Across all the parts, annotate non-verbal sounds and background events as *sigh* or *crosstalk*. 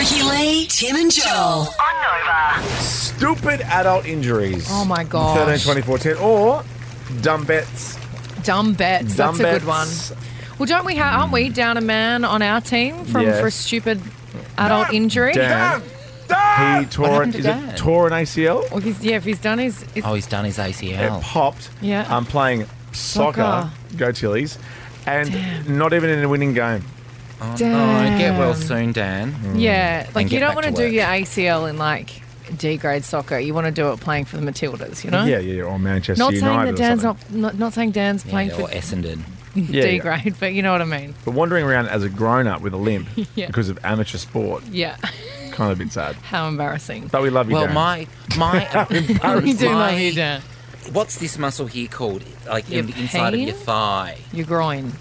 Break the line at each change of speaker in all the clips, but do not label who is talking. Jay, Tim, and Joel.
on Nova.
Stupid adult injuries.
Oh, my gosh.
13, 24, 10. Or dumb bets.
Dumb bets.
Dumb
That's a
bets.
good one. Well, don't we? Ha- aren't we down a man on our team from
Yes.
for a stupid adult injury?
Dan. He tore an,
happened to
is
Dan?
it tore an ACL.
Well, he's, yeah, if he's done his, his
Oh, he's done his ACL.
It popped.
Yeah.
I'm playing soccer.
Soccer.
Go Tillies. And not even in a winning game.
Oh, get well
Damn.
soon, Dan.
Yeah, like
get
you don't
back
want to
to
do
work.
your ACL in like D grade soccer. You want to do it playing for the Matildas, you know?
Yeah, yeah, or Manchester
Not
United.
saying
or
that Dan's
something.
not, not not saying Dan's playing
Yeah,
for *laughs*
or Essendon.
Yeah,
D
yeah.
grade, but you know what I mean.
But wandering around as a grown up with a limp
*laughs* Yeah.
because of amateur sport,
Yeah, *laughs*
kind of a bit sad.
how embarrassing.
But we love you,
Well,
Dan.
my
*laughs*
my
We *laughs* do
my-
love you, Dan.
what's this muscle here called? Like in
Your
the inside of
pain?
your thigh?
Your groin.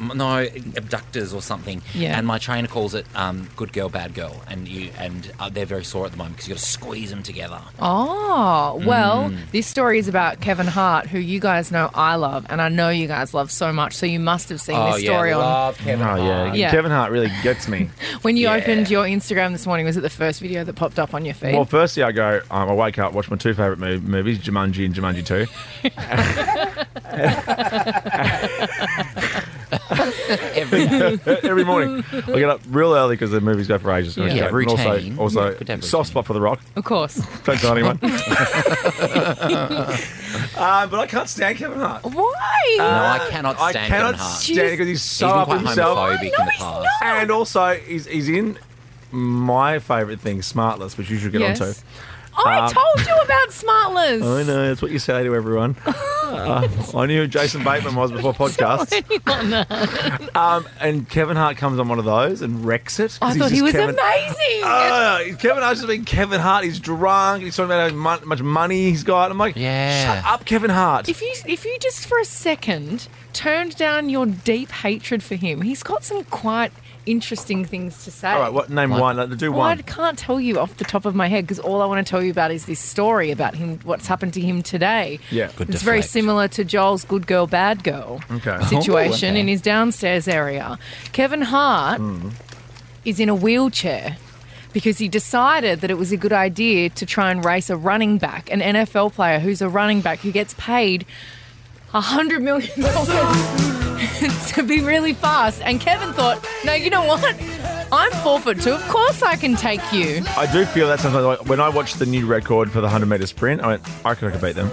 M- No, abductors or something.
Yeah.
And my trainer calls it um, "good girl, bad girl," and you and uh, they're very sore at the moment because you got to squeeze them together.
Oh, well,
Mm.
this story is about Kevin Hart, who you guys know I love, and I know you guys love so much. So you must have seen this story on
Oh, love Kevin
Oh, yeah.
Yeah.
Kevin Hart really gets
*laughs*
me.
when you
yeah.
opened your Instagram this morning. Was it the first video that popped up on your feed?
well, firstly, I go, um, I wake up, watch my two favourite mov- movies, Jumanji and Jumanji 2.
*laughs*
Every day.
*laughs* Every
*laughs*
morning. I get up real early because the movies go for ages.
Yeah.
Yeah,
And
routine.
Also,
Yeah, good
also
to have
soft
routine.
spot for The Rock. *laughs*
of course.
Don't tell
*laughs*
anyone. uh, but I can't stand Kevin Hart.
Why?
Uh,
no, Oh, I cannot
I
stand
cannot
Kevin Hart.
stand because he's so
he's been
up
quite
himself.
homophobic in the past.
And also, he's, he's in my favourite thing, Smartless, which you should get
Yes.
onto.
I
Um,
told you
*laughs*
about Smartless.
I know, that's what you say to
*laughs*
everyone. Uh, I knew who Jason Bateman was before podcasts. um, and Kevin Hart comes on one of those and wrecks it. 'cause
I
he's
thought he
just
was
Kevin-
amazing.
Oh, no, no, Kevin Hart's just been Kevin Hart. He's drunk. He's talking about how mon- much money he's got. I'm like,
Yeah.
shut up, Kevin Hart.
if you if you just for a second turned down your deep hatred for him, he's got some quite interesting things to say.
All right, what name
One.
one? Let- Do
Well, I
one.
can't tell you off the top of my head because all I want to tell you about is this story about him, what's happened to him today.
Yeah.
Good
it's very
deflect.
similar to Joel's good girl, bad girl
Okay.
situation
Oh, okay.
in his downstairs area. Kevin Hart is in a wheelchair because he decided that it was a good idea to try and race a running back, an NFL player who's a running back who gets paid $100 million *laughs* to be really fast. And Kevin thought, no, you know what? I'm four foot two. Of course I can take you.
I do feel that sometimes. Like, when I watched the new record for the 100 meter sprint, I went, I reckon I could beat
*laughs*
them.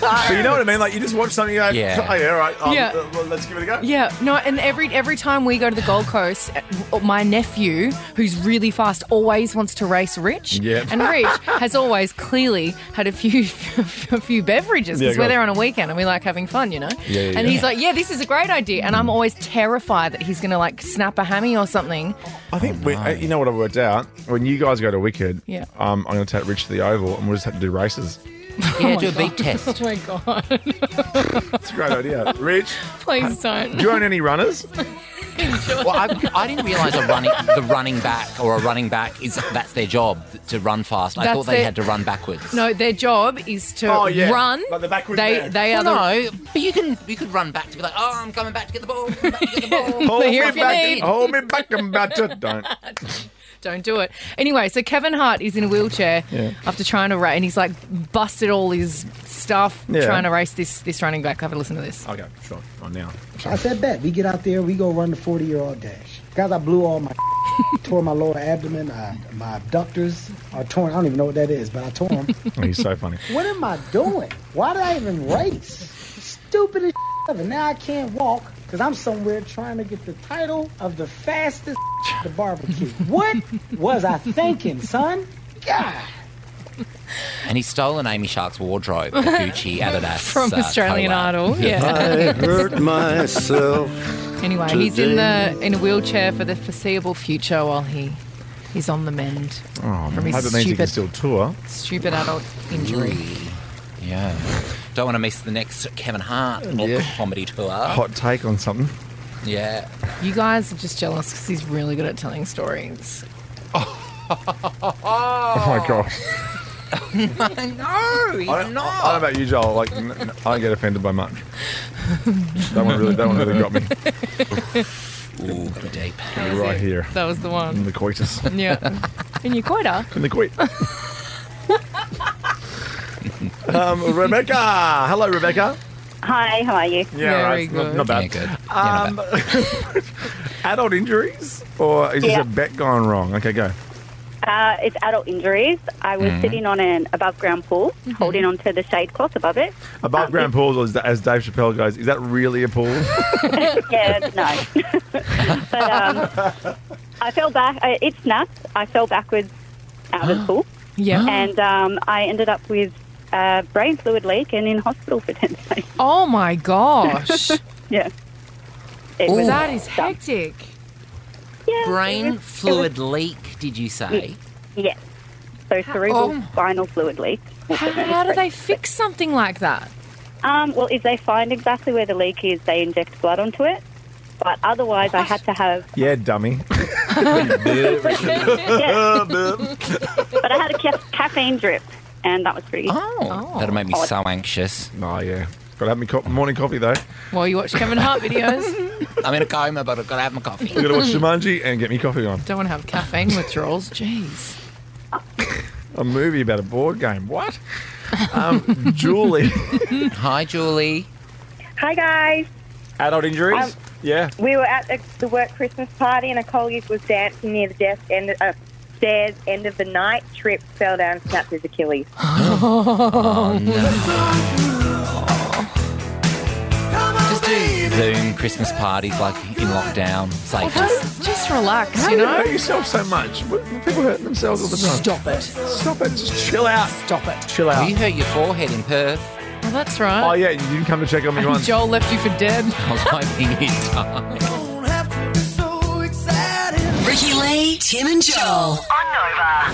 but you know what I mean? Like, you just watch something, you go,
Yeah.
oh, yeah, all right, oh,
Yeah.
well, let's give it a go.
Yeah, no, and every every time we go to the Gold Coast, uh, my nephew, who's really fast, always wants to race Rich.
Yeah.
And Rich
*laughs*
has always clearly had a few *laughs* a few beverages
Yeah,
because
go on.
we're there on a weekend and we like having fun, you know.
Yeah, yeah,
and
yeah.
he's like, "Yeah, this is a great idea," and I'm always terrified that he's going to like snap a hammy or something.
I think we, uh, you know what I worked out. When you guys go to Wicked,
Yeah.
um, I'm going to take Rich to the Oval, and we'll just have to do races.
Yeah, do a beat test.
Oh my god! *laughs*
It's a great idea, Rich.
Please
Do
don't.
you own any runners?
Well, I, I didn't realise a running the running back or a running back is that's their job to run fast. I
That's
thought they
their-
had to run backwards.
No, their job is to
Oh, yeah.
run.
Like the backwards
they
man.
they are
Well,
the
no, but you can you could run back to be like, oh, I'm coming back to get the ball. I'm coming back to get the
*laughs*
ball.
Hold
Here
me
if you
back.
need.
Hold me
*laughs*
back. I'm about to. Don't.
Don't do it. Anyway, so Kevin Hart is in a wheelchair
*laughs* Yeah.
after trying to race, and he's like busted all his stuff
Yeah.
trying to race this this running back. Have a listen to this.
Okay, sure. On
*laughs*
now.
I said, bet. We get out there, we go run the 40 year old dash. Guys, I blew all my, *laughs* tore my lower abdomen, I, my abductors are torn. I don't even know what that is, but I tore them.
Oh, he's so funny.
what am I doing? Why did I even race? Stupid as *laughs* ever. Now I can't walk because I'm somewhere trying to get the title of the fastest *laughs* at the barbecue. What was I thinking, son? God.
And he stole an Amy Shark's
*laughs*
wardrobe, a Gucci Adidas
From
uh,
Australian
collab.
Idol, yeah.
I hurt myself.
Anyway, he's in the in a wheelchair for the foreseeable future while he he's on the mend from
Oh, Hope
his
it means he can
stupid
still tour.
stupid adult injury.
Yeah. Don't want to miss the next Kevin Hart or comedy tour.
Hot take on something.
Yeah.
You guys are just jealous because he's really good at telling stories.
Oh, my *laughs* gosh.
no, he's
I don't, I don't know about you, Joel. Like, n-
*laughs*
n- I don't get offended by much. That one really, that one really got me.
Ooh, got deep.
That was
Right
it.
here.
That was the
in *laughs*
one.
the coitus.
Yeah. In your quota.
in the quit. um, Rebecca. Hello, Rebecca.
Hi, how are you?
Very
right. Not,
good.
not
Yeah,
bad.
good. Yeah, not
Um,
bad.
adult injuries, or is
Yeah.
this a bet gone wrong? Okay, go.
Uh, it's adult injuries. I was sitting on an above ground pool,
Mm-hmm.
holding onto the shade cloth above it.
Above ground pools, or is that, as Dave Chappelle goes, is that really a pool?
*laughs*
Yeah, no. *laughs* but um, I fell back. I, it snapped. I fell backwards out
*gasps*
of the pool,
Yeah.
and um, I ended up with a brain fluid leak and in hospital for *laughs* 10 days.
Oh
*laughs*
my gosh.
Yeah. It was,
that is hectic.
yeah, it
Brain
was-
fluid leak, did you say?
Yes. So cerebral
oh.
spinal fluid leak.
How, how do they fix something like that?
Um, well, if they find exactly where the leak is, they inject blood onto it. But otherwise, I had to have
*laughs* yeah, dummy.
yeah. but I had a ca- caffeine drip, and that was pretty.
Oh,
Oh.
that'll make me so anxious.
Oh, yeah. Got to have me co- morning coffee, though.
Well, you watch Kevin Hart videos.
I'm in a coma, but I've got to have my coffee.
i got to *laughs* watch Jumanji and get me coffee on.
*laughs* Don't want to have caffeine withdrawals. Jeez.
A movie about a board game. What? Um, Julie.
Hi, Julie.
Hi guys.
*laughs* adult injuries?
Um,
yeah.
We were at the, the work Christmas party and a colleague was dancing near the desk end uh, stairs end of the night, tripped, fell down, snapped his Achilles.
Just do Zoom Christmas parties like in lockdown. Safe.
Just, just relax,
How
you
do you hurt
know?
yourself so much? What- People hurt themselves all the time.
Stop it.
Stop it. Just chill out.
Stop it.
Chill out.
You hurt your forehead in Perth. *laughs*
Well, that's
Oh
right.
yeah, you didn't come to check on me once.
Joel left you for dead.
I was hoping you'd die.
Don't have to be so excited.
Ricky Lee, Tim and Joel.
On Nova.